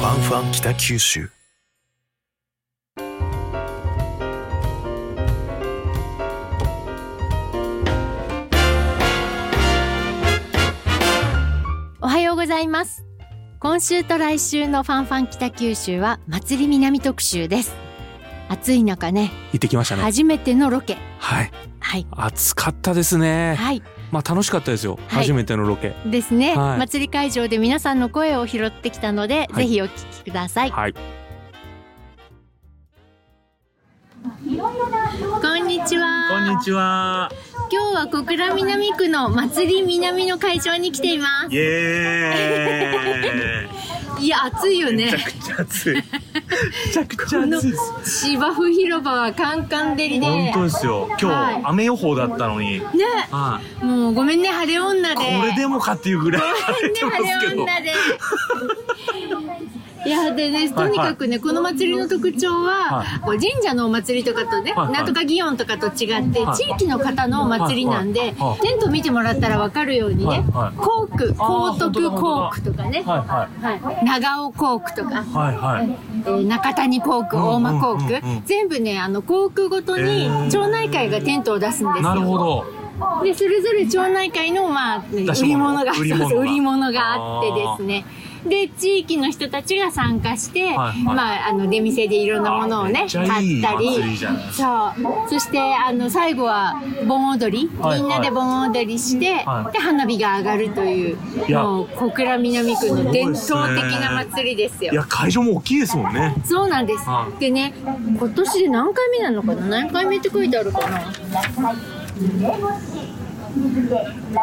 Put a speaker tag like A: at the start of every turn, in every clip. A: 北九州
B: おはようございます今週と来週のファンファン北九州は祭り南特集です暑い中ね
C: 行ってきましたね。
B: 初めてのロケ
C: はい。
B: はい
C: 暑かったですね。
B: はい
C: まあ楽しかったですよ。
B: はい
C: 初めてのロケ。
B: ですね、
C: はい
B: 祭り会場で皆さんの声を拾ってきたので、
C: はい
B: ぜひお聞きください
C: はい。
B: こんにちは
D: こんにちは。
B: 今日は小倉南区の祭り南の会場に来ていま
D: イエーイ。
B: す いや暑いよ
D: め
B: ね
D: ちゃくちゃ暑い。めちゃくちゃ暑いです。
B: 芝生広場はカンカン照りで
D: 本
B: ね
D: 当ですよ。今
B: はい
D: 日雨予報だったのに、はい
B: もうごめんね晴れ女で
D: これでもかっていうぐらい晴れてますけど。
B: で。いやでね、とにかくね、この祭りの特徴は、
D: は
B: こう神社のお祭りとかとね、
D: はいはい
B: なんとか祇園とかと違って、
D: はい
B: 地域の方のお祭りなんで、
D: はいはいはい
B: テント見てもらったら分かるようにね、
D: はいはい
B: 校区、
D: あ
B: 高
D: ー本
B: 徳
D: 当だ
B: 校
D: 本
B: 区とかね、
D: はいは
B: はい長尾校区とか、
D: いはいはい。
B: えー中谷校区、大間校区、
D: うんうんうんうん
B: 全部ね、あの校区ごとに
D: えー
B: 町内会がテントを出すんですよ。
D: なるほど。
B: でそれぞれ町内会の、まあ、売
D: 出し
B: り物
D: 物
B: が
D: 売り物が
B: そうそう売り物があってですねで地域の人たちが参加して、
D: はい
B: まあ、あの出店でいろんなものを
D: あ
B: ね
D: めっちゃい
B: 買
D: い
B: ったり
D: 祭りじゃないです
B: そうそしてあの最後は盆踊り、
D: はい
B: みんなで盆踊りして、
D: はい
B: で花火が上がるという
D: いや
B: もう小倉南区の伝統的な祭りですよ
D: いや、会場も大きいですもんね。
B: そうなんです
D: は。
B: でね、今年で何回目なのかな、何回目って書いてあるかな。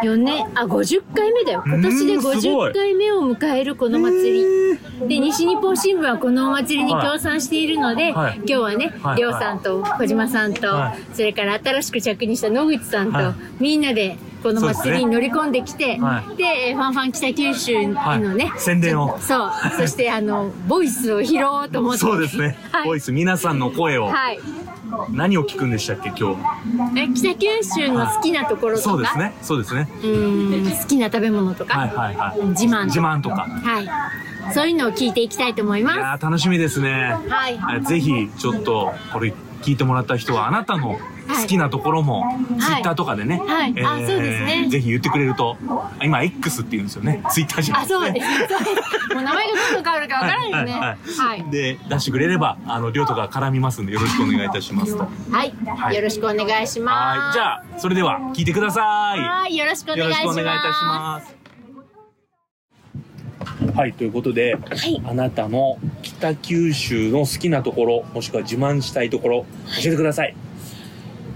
B: 4年、あ、50回目だよ。今年
D: う
B: で
D: ーんすごい
B: 50回目を迎えるこの祭り。で、西日本新聞はこのお祭りに協賛しているので、
D: はい
B: 今日はね、
D: はい
B: りょうさんと小島さんと、
D: はい
B: それから新しく着任した野口さんと、
D: はい
B: みんなで。この
D: そう
B: 祭
D: です
B: り
D: ね
B: に乗り込んできて、
D: はい
B: で、えーファンファン北九州へのね、
D: はい宣伝を
B: そう、そしてあの、ボイスを拾おうと思って。
D: そうですね。
B: はい。
D: ボイス、皆さんの声を、
B: はい。
D: 何を聞くんでしたっけ、今日。
B: え、北九州の好きなところとか。
D: そうですね。そうですね。
B: うーん、好きな食べ物とか。
D: はいはいはい。
B: 自慢
D: 自慢とか。
B: はい。そういうのを聞いていきたいと思い
D: い
B: ま
D: やー楽しみですね。
B: す。はい。
D: えぜひちょっとこれ聞いてもらった人はあなたの好きなところもツイッターとかでね、
B: はいはいあそうですね
D: ぜひ言ってくれるとあ今 X って言うんですよねツイッターじゃな
B: あ、
D: いです
B: そ
D: ね
B: うです。そうです。もう名前がどんどん変わるからわからんよね。
D: は
B: はいい。
D: で出してくれればあの亮とか絡みますんでよろしくお願いいたしますとは
B: はい。
D: い
B: よろしくお願いしま
D: い
B: す。
D: じゃあそれでは聞いてください
B: はい。よろしくお願
D: よ
B: い
D: ろ
B: し
D: しくお
B: ます。
D: 願いいたしますはいということで、
B: い
D: あなたの北九州の好きなところもしくは自慢したいところ教えてください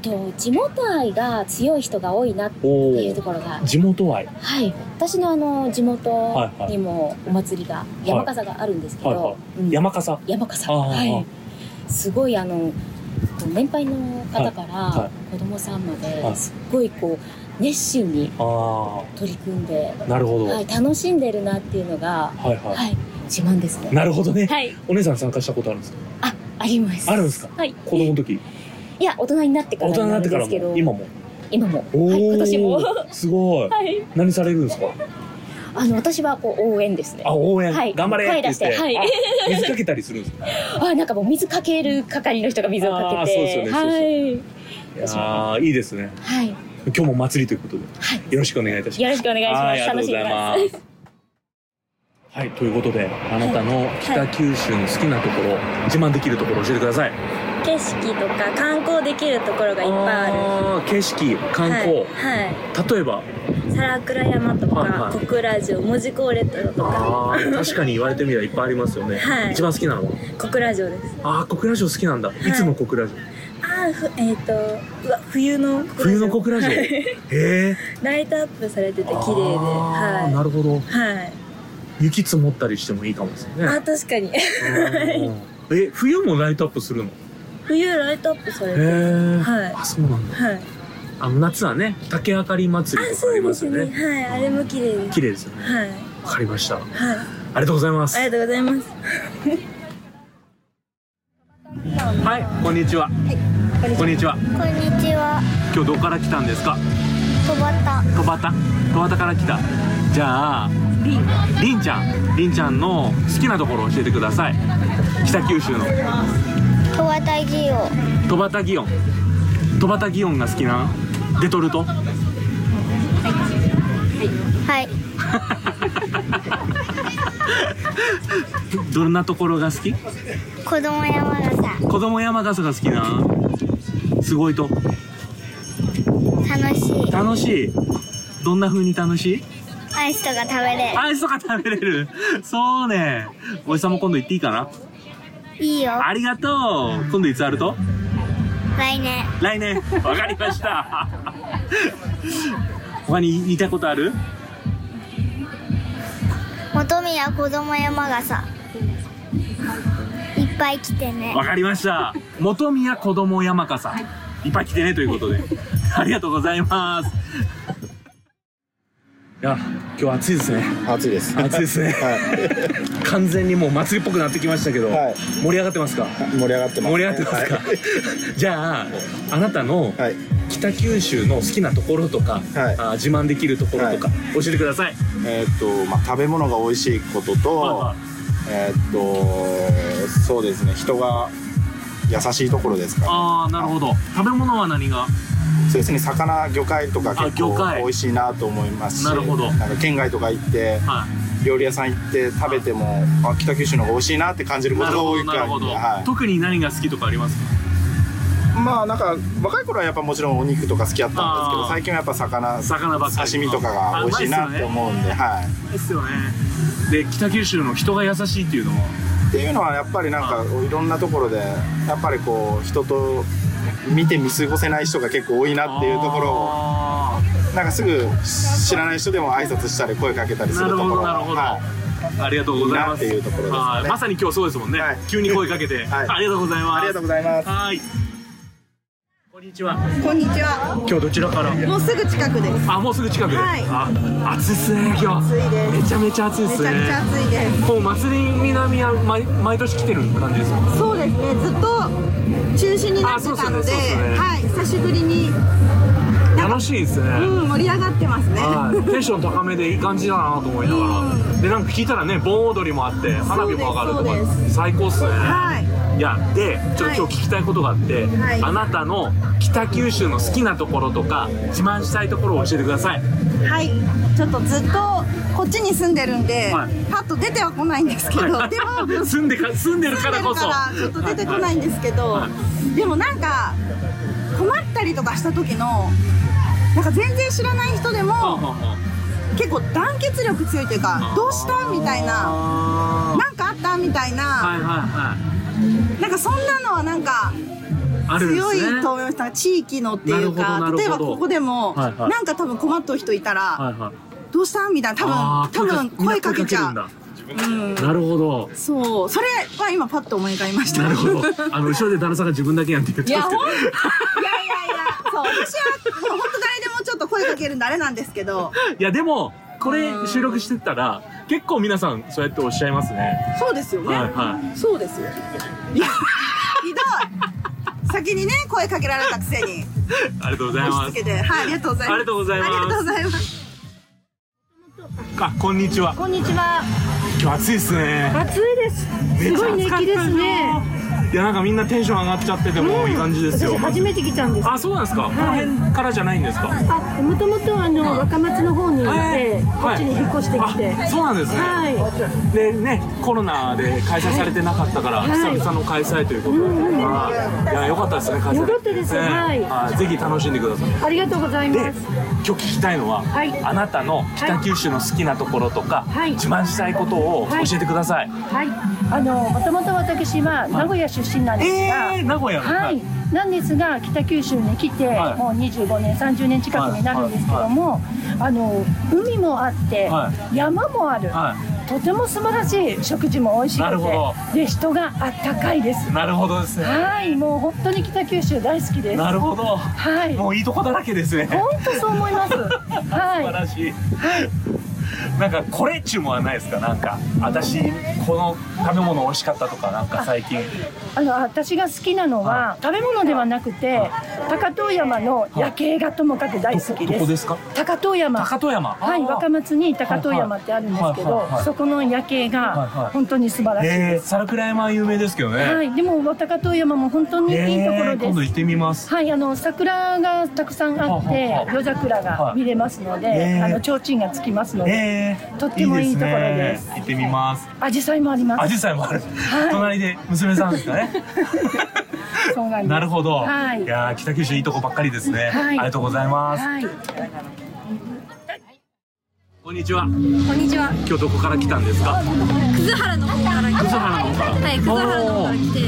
E: と地元愛が強い人が多いなって
D: お
E: いうと
D: ー
E: ころが、
D: 地元愛
E: はい、私のあの地元にもお祭りが、
D: い
E: 山笠があるんですけど、
D: はいはい
E: うん
D: 山笠
E: 山笠、
D: あー
E: は
D: あ
E: い、すごいあのこう年配の方か
D: はいは
E: ら子供さんま
D: は
E: で
D: い
E: すっごいこう熱心に
D: あ
E: 取り組んで、
D: あ、なるほど。
E: は
D: はい
E: い、楽しんでるなっていうのが、
D: はい。
E: はい、自慢ですね。
D: なるほどね、
E: はい、
D: お姉さん参加したことあるんですか
E: ああります。
D: あるんですか
E: はい、
D: 子供の時。
E: いや大人になってか
D: 大
E: ら
D: 人になってから
E: んですけど
D: も、今も。
E: 今も、
D: お
E: はい、今年も。
D: ー、すごい。
E: はい
D: 何されるんですか
E: あの私はこう応援ですね。
D: あ、応援。
E: はい
D: 頑張れって言って。
E: 声出してはい
D: あ水かけたりするんですか
E: あなんかもう水かける係の人が水をかけて、
D: あーそうですよねそう
E: そうそう
D: ああ、いいですね。
E: はいはい
D: 今日も祭りということで、
E: はい
D: よろしくお願いいたします。
E: よろしくお願いします。
D: はい、ありがとうござい
E: 楽しみ
D: ます。はい、ということで、あなたの北九州の好きなところ、自慢できるところ教えてください。
F: 景色とか観光できるところがいっぱいある
D: あー景色、観光、
F: はい、は
D: 例えば、
F: い、皿倉山とか、
D: はいはい
F: 小倉城門司港レトロとか
D: あー確かに言われてみればいっぱいありますよね、
F: はい
D: 一番好きなのは
F: 小倉城です
D: ああ小倉城好きなんだ、い、つの小倉城
F: ああふえっ、とうわ冬の小倉城
D: 冬の小倉城
F: は
D: へ
F: い
D: え
F: ライトアップされてて綺麗で
D: あー
F: は
D: なるほど
F: い、はい、
D: 雪積もったりしてもいいかもですね
F: あ確かに
D: うんえ冬もライトアップするの
F: 冬ライトアップされてる
D: へえ、
F: はい
D: あそうなんだ
F: はい
D: あの夏はね竹あかり祭り
F: あ
D: とか
F: そ
D: あり
F: う
D: ま
F: ですす
D: よ
F: ね
D: ね
F: はいあれも綺麗です
D: 綺麗ですよね
F: はい
D: わかりましたあ
F: はい
D: りがとうございます
F: ありがとうございます
D: はいこんにちは、こんにちは
G: こんにちは、
D: 今日どこから来たんですか
G: 小畑。
D: 戸端戸端から来たじゃありんちゃんりんちゃんの好きなところを教えてください北九州の
A: 戸渡りを
D: 戸端祇園戸端祇園が好きなデトルト
A: はい
D: どんなところが好き
A: 子供山笠
D: 子供山笠が好きなすごいと
A: 楽しい
D: 楽しいどんな風に楽しい
A: アイスとか食べれる
D: アイスとか食べれるそうねおじさんも今度行っていいかない
A: いよ
D: ありがとう今度いつあると
A: 来年
D: 来年わかりました他に似たいことある
A: 本宮子供山笠いっぱい来てね
D: わかりました元宮子供山笠いっぱい来てねということでありがとうございますいや今日暑いですね
G: 暑いです。
D: 暑いですね
G: は
D: 完全にもう祭りっぽくなってきましたけど、
G: はい
D: 盛り上がってます
G: い。
D: か
G: 盛り上がってます、
D: 盛り上がってますか、 じゃああなたの
G: はい。はい。
D: 北九州の好きなところとか、
G: はい
D: あ自慢できるところとか、
G: は
D: 教えてください
G: えーっと、まあ、食べ物が美味しいことと、
D: はいはい
G: えーっと、そうですね、人が優しいところですか。
D: ああなるほど食べ物は何が
G: そうですね、魚、魚介とか
D: あ
G: 結
D: 魚
G: 構
D: 介
G: 美味しいなと思いますし、
D: なるほど
G: んか県外とか行って、
D: は
G: 料理屋さん行って食べても、あ、北九州の方が美味しいなって感じる
D: い
G: こ
D: な
G: と
D: る
G: が
D: ほ
G: 多
D: ど
G: い
D: な
G: から、
D: るほど、
G: は
D: 特に何が好きとかありますか
G: い。まあ、なんか、若い頃はやっぱもちろんお肉とか好きだったんですけ
D: あー
G: ど、最近はやっぱ魚、
D: 魚ばっかり
G: 刺身とかが美味しいなって思うんで、はい。
D: ですよねで北九州の人が優しいっていうのも
G: っていうのはやっぱりなんかいろんなところでやっぱりこう人と見て見過ごせない人が結構多いなっていうところを
D: あ
G: なんかすぐ知らない人でも挨拶したり声かけたりするところ
D: なるほどなる
G: は
D: ーありがとうございま
G: い
D: す
G: いなっていうところですかね
D: はいまさに今日そうですもんね、
G: はい
D: 急に声かけて、
G: はい
D: ありがとうござい
G: い
D: ます
G: ありがとうございます
D: はいこんにちは
H: こんにちは。
D: 今日どちらから
H: もうすぐ近くです。
D: あもうすぐ近くで、
H: はい
D: あ暑いっすね今日
H: 暑いです
D: めちゃめちゃ暑いっ
H: め
D: す
H: ち
D: ね
H: ゃくちゃ暑いです。
D: もう祭り南は毎毎年来てる感じですもん
H: そうですね。ずっと中止になってたの
D: あそうですね
H: で、
D: そうですね
H: はい、久しぶりに、
D: 楽しいですね、
H: うん、盛り上がってますね。
D: はい、テンション高めでいい感じだなと思いながら、でなんか聞いたらね盆踊りもあって花火も上がると
H: そうで
D: か
H: すそう
D: 最高っすね、、
H: はい
D: やでちょっと今日聞きたいことがあって、
H: はい
D: あなたの北九州の好きなところとか自慢したいところを教えてください
H: はい、ちょっとずっとこっちに住んでるんで、
D: はい
H: パッと出てはこないんですけど、で も
D: 住んでか住んでる
H: 住
D: から
H: んで
D: こ
H: る
D: そ
H: からちょっと出てこないんですけど、
D: はいは
H: でもなんか困ったりとかした時の。なんか全然知らない人で
D: はい
H: も
D: はい
H: 結構団結力強いというかどうしたみたいな
D: あ
H: なんかあったみたい
D: ー
H: な
D: はいはい
H: なんかそんなのはなんか
D: はいあるんです
H: 強
D: ね
H: いと思いました地域のっていう
D: なるほどなる
H: か
D: ほど
H: 例えばここでも、
D: はいはい
H: なんか多分困っとる人いたら、
D: はいはい
H: どうしたみたいな
D: あー
H: 多分多分声かけちゃ
D: みんな
H: う、
D: 声か
H: う
D: け
H: ん
D: るんだなるほど
H: そうそれは今パッと 思い浮かびました
D: なるほ どあの後ろで旦那さんが自分だけやんって言って
H: いや
D: ますけ
H: ほん
D: ど
H: いやいやいやそう私はもう本当誰でもちょっと声かけるんであれなんですけど
D: いやでもこれ
H: うん
D: 収録してたら結構皆さんそうやっておっしゃいますね
H: そうですよね、
D: はいは
H: そうですよいやひどい先にね声かけられたくせに
D: ありがとうござい
H: 押
D: ま
H: し
D: す
H: 付けてはいありがとうございます
D: ありがとうございます
H: ありがとうございます
D: あこんにちは
F: こんにちは
D: 今日暑いですね
F: 暑いですすごい熱気ですね
D: いやなんかみんなテンション上がっちゃっててもういい感じですよ
F: 私初めて来たんです
D: あそうなんですかこの辺からじゃないんですか
F: あもともとあの若松の方にいて、
D: はい
F: こっちに引っ越してきて
D: あそうなんですね
F: はい、
D: でねコロナで開催されてなかったから
F: い
D: 久々の開催ということではいいや良かったですね開催
F: 良かったです
D: ね
F: はい
D: はいぜひ楽しんでください
F: ありがとうござい
D: で
F: ま
D: 今
F: す
D: 日聞きたいのは、
F: はい
D: あなたの北九州の好きなところとか、
F: はい
D: 自慢したいことを
F: はい
D: 教えてください、
F: はいあのもともと私は名古屋出身なんですが、
D: えー、名古屋の、
F: はい、なんですが北九州に来て、
D: はい
F: もう25年30年近くになるんですけども、あの海もあって、
D: は
F: 山もある、
D: は
F: とても素晴らしい食事も美味し
D: なる
F: く
D: ほど
F: てで人があったかいです
D: いなるほどですね
F: はいもう本当に北九州大好きです
D: なるほど
F: はい
D: もういいとこだらけですね
F: 本当そう思います
D: 素晴
F: は
D: らしい、なんかこれっちゅうもんはないですかなんか私この食べ物美味しかったとかなんか最近
F: あの私が好きなのは食べ物ではなくて高遠山の夜景がともかく大好き
D: ど
F: で
D: こ
F: す
D: ですか
F: 高遠山
D: 高戸山
F: はい、若松に高遠山ってあるんですけ
D: はいは
F: ど
D: いはいはい
F: そこの夜景
D: はいはい
F: が本当に素晴らしい
D: え
F: で
D: ー、
F: す、
D: 猿倉山は有名ですけどね、
F: はい、でも高遠山も本当にいいところ
D: えー
F: で
D: 今
F: す
D: 度行ってみます
F: はい、あの桜がたくさんあっ
D: は
F: て
D: あはあはあ
F: 夜桜が見れますの
D: はい
F: で
D: えー
F: あの提灯がつきますので
D: えー、
F: とってもいいところです
D: ね行ってみます
F: 紫陽花もありま
D: ア
F: す
D: ジサイもある、
F: はい
D: 隣で娘さんですかね
F: そうなんです
D: なるほど、
F: はい
D: やー北九州いいとこばっかりですね、
F: はい
D: ありがとうございます、
F: はい
D: こんにちはこんにちは今日どこから来たんですか
I: 葛原の方から来て、
D: 葛原の方から
I: はい、葛原の方から来て、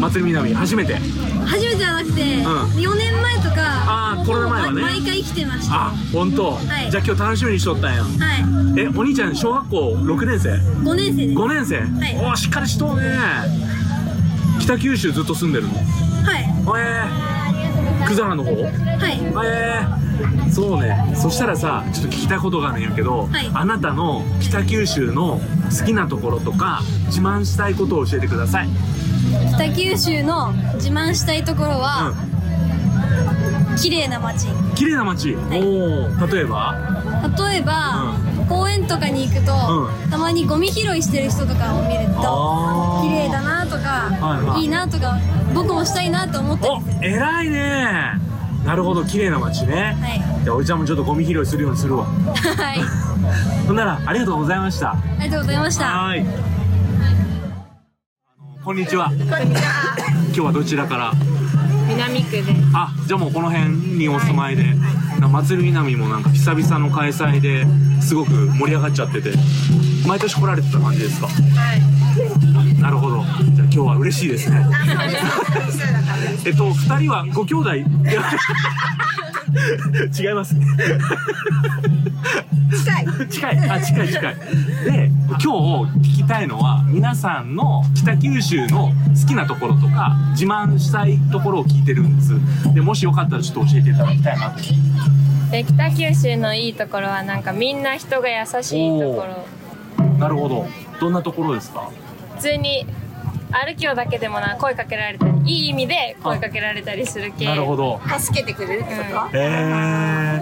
D: 祭り南初めて
I: 初めてじゃなくて、
D: ん
I: 4年前とか、
D: あーコロナ前はね
I: 毎回来てました。は
D: あ本当、
I: はい
D: じゃあ今日楽しみにしとったんや
I: い、
D: えお兄ちゃん小学校6年生
I: 5年生です。
D: 5年生、
I: はい
D: おーしっかりしとうね北九州ずっと住んでるの
I: は
D: えー、葛原の方
I: い、はい、
D: えー、そうねそしたらさちょっと聞きたいことがあるんやけど、
I: はい
D: あなたの北九州の好きなところとか自慢したいことを教えてください
I: 北九州の自慢したいところは、綺麗な街。
D: 綺麗な街、
I: い
D: おお例えば
I: 例えば、公園とかに行くと、
D: う
I: たまにゴミ拾いしてる人とかを見ると、
D: あー
I: 綺麗だなとか、
D: はい
I: い
D: はい
I: いなとか、僕もしたいなと思ったり
D: お
I: する。
D: 偉いねなるほど綺麗な街ね、
I: はい
D: じゃあおじちゃんもちょっとゴミ拾いするようにするわ
I: はい、
D: ほんならありがとうございました
I: ありがとうございました。
D: はーいあのこんにちは今日はどちらから
J: 南区で
D: あじゃあもうこの辺にお住まいで、な祭り南もなんか久々の開催ですごく盛り上がっちゃってて毎年来られてた感じですかはいなるほどじゃあ今日は嬉しいですね えっと2人はご兄弟い や違いますね近い近いあ近い近いで今日聞きたいのは皆さんの北九州の好きなところとか自慢したいところを聞いてるんですでもしよかったらちょっと教えていただきたいなと
J: で北九州のいいところはなんかみんな人が優しいところ
D: なるほどどんなところですか
J: 普通に歩きよだけでもな声かけられたりいい意味で声かけられたりする系
D: なるほど
H: 助けてくれるってこと
D: え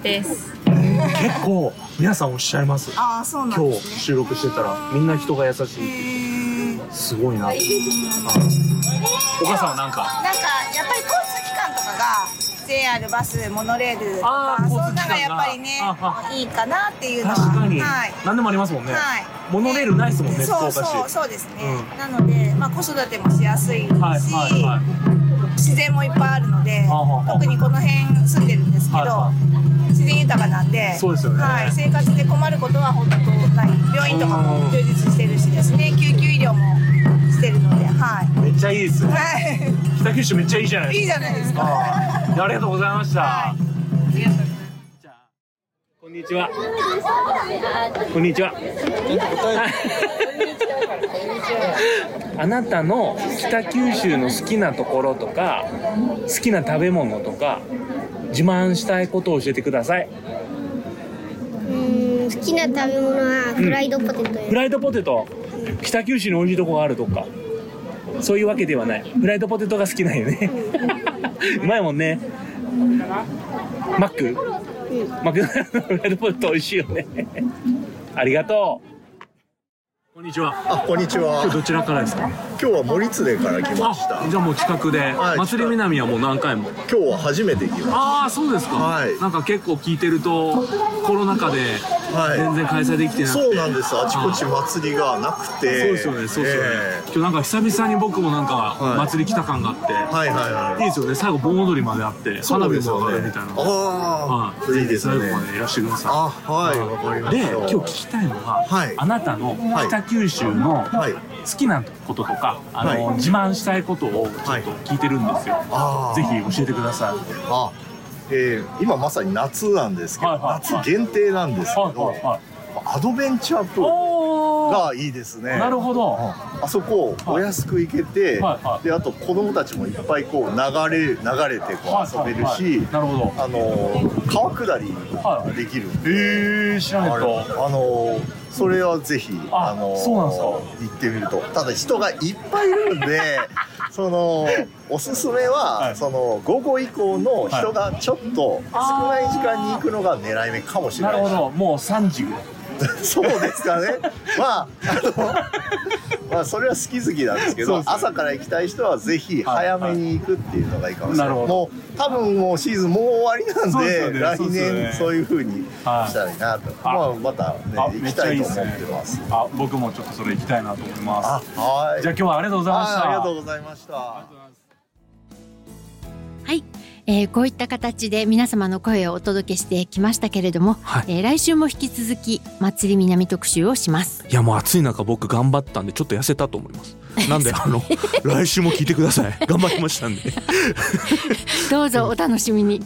D: ー、
J: です
D: 結構皆さんおっしゃいます
H: ああそうなん
D: 今
H: で
D: 日
H: すね
D: 収録してたらみんな人が優しいすごいなあお母さんはなんか
H: なんかやっぱり交通機関とかが JR バスモノレールと
D: あ
H: か
D: ー
H: そん
D: 交通機関が
H: なのがやっぱりね
D: あはい
H: いかなっていうのは
D: 確かに、
H: はい
D: 何でもありますもんね、
H: はい
D: モノレールないですもんね福
H: そ
D: 岡
H: う
D: 市
H: そうそうですね、
D: う
H: なので、まあ、子育てもしやすいし、
D: はいはいはい
H: 自然もいっぱいあるので
D: あはあ
H: 特にこの辺住んでるんですけど、
D: はいは
H: 自然豊かなんで
D: そうですよね
H: はい、生活で困ることは本当ない病院とかも充実してるしですね救急医療もしてるのではい。
D: めっちゃいいですよね
H: は
D: 北九州めっちゃいいじゃない
H: い、
D: で
H: いい
D: す
H: じゃないです
D: か
H: か。
D: あーありがとうございました、じゃあこんにちはこんにちは あなたの北九州の好きなところとか好きな食べ物とか自慢したいことを教えてください
A: うん好きな食べ物はフライドポテト
D: フライドポテト北九州に美味しいとこがあるとかそういうわけではないフライドポテトが好きなんよねうまいもんねマックマクドナルドのフライドポテト美味しいよねありがとうこんにちは
K: あこんにちは
D: 今日どちらからですか
K: 今日は森津でから来ました
D: あじゃあもう近くで、
K: はい
D: 祭り南はもう何回も
K: 今日は初めて来まし
D: ああそうですか、
K: はい
D: なんか結構聞いてるとコロナ禍で
K: たはい
D: 全然開催できてなくて
K: そうなんですあちこち祭りがなくて
D: そうですよね、そうですよね。
K: え
D: 今日なんか久々に僕もなんか
K: はい
D: 祭り来た感があって、
K: えはいはいはい
D: い、いですよね。最後盆踊りまであって、花火も上がるみたいな。
K: ああ
D: は
K: ー、いいですね
D: 最後までいらしてくださ
K: あはいわかりま
D: い。で、
K: した
D: 今日聞きたいのが、
K: はい
D: あなたの
K: はい
D: 北九州の
K: はい
D: 好きなこととか、あの、
K: はい
D: 自慢したいことをちょっと聞いてるんですよ。
K: あー
D: ぜひ教えてください。
K: あえー今まさに夏なんですけど、
D: はいはいはい
K: 夏限定なんですけど、
D: はいはいはい
K: アドベンチャープール
D: お
K: がいいですね
D: なるほど、
K: あそこお安く行けて、であと子供たちもいっぱいこう流れ流れてこ
D: はいう
K: 遊べるし、あの川下りができるんで、え知らないとあのそれはぜひあの
D: そうなんですか
K: 行ってみるとただ人がいっぱいいるんで そのおすすめは、その午後以降の人がちょっと少ない時間に行くのが狙い目かもしれない
D: なるほど
K: もう3時ぐらいそうですか ねまあまあそれは好き好きなんですけ
D: そ
K: ど
D: うですね
K: 朝から行きたい人はぜひ早めに行くっていうのがいいかもしれない,、
D: なるほど
K: もう多分もうシーズンもう終わりなん
D: そうで
K: で
D: すよね
K: 来
D: そうですよね
K: 年そういうふうにしたらいいなと、まあ、また、ね、行きたいと思ってます
D: あ僕もちょっとそれ行きたいなと思います
K: あはい
D: じゃあ今日はありがとうございまし
K: はあ
D: た
K: りがとうございました
B: えーこういった形で皆様の声をお届けしてきましたけれども、えー来週も引き続き祭り南特集をします。
C: いやもう暑い中僕頑張ったんでちょっと痩せたと思いますなんで あの来週も聞いてください頑張りましたんで
B: どうぞお楽しみに。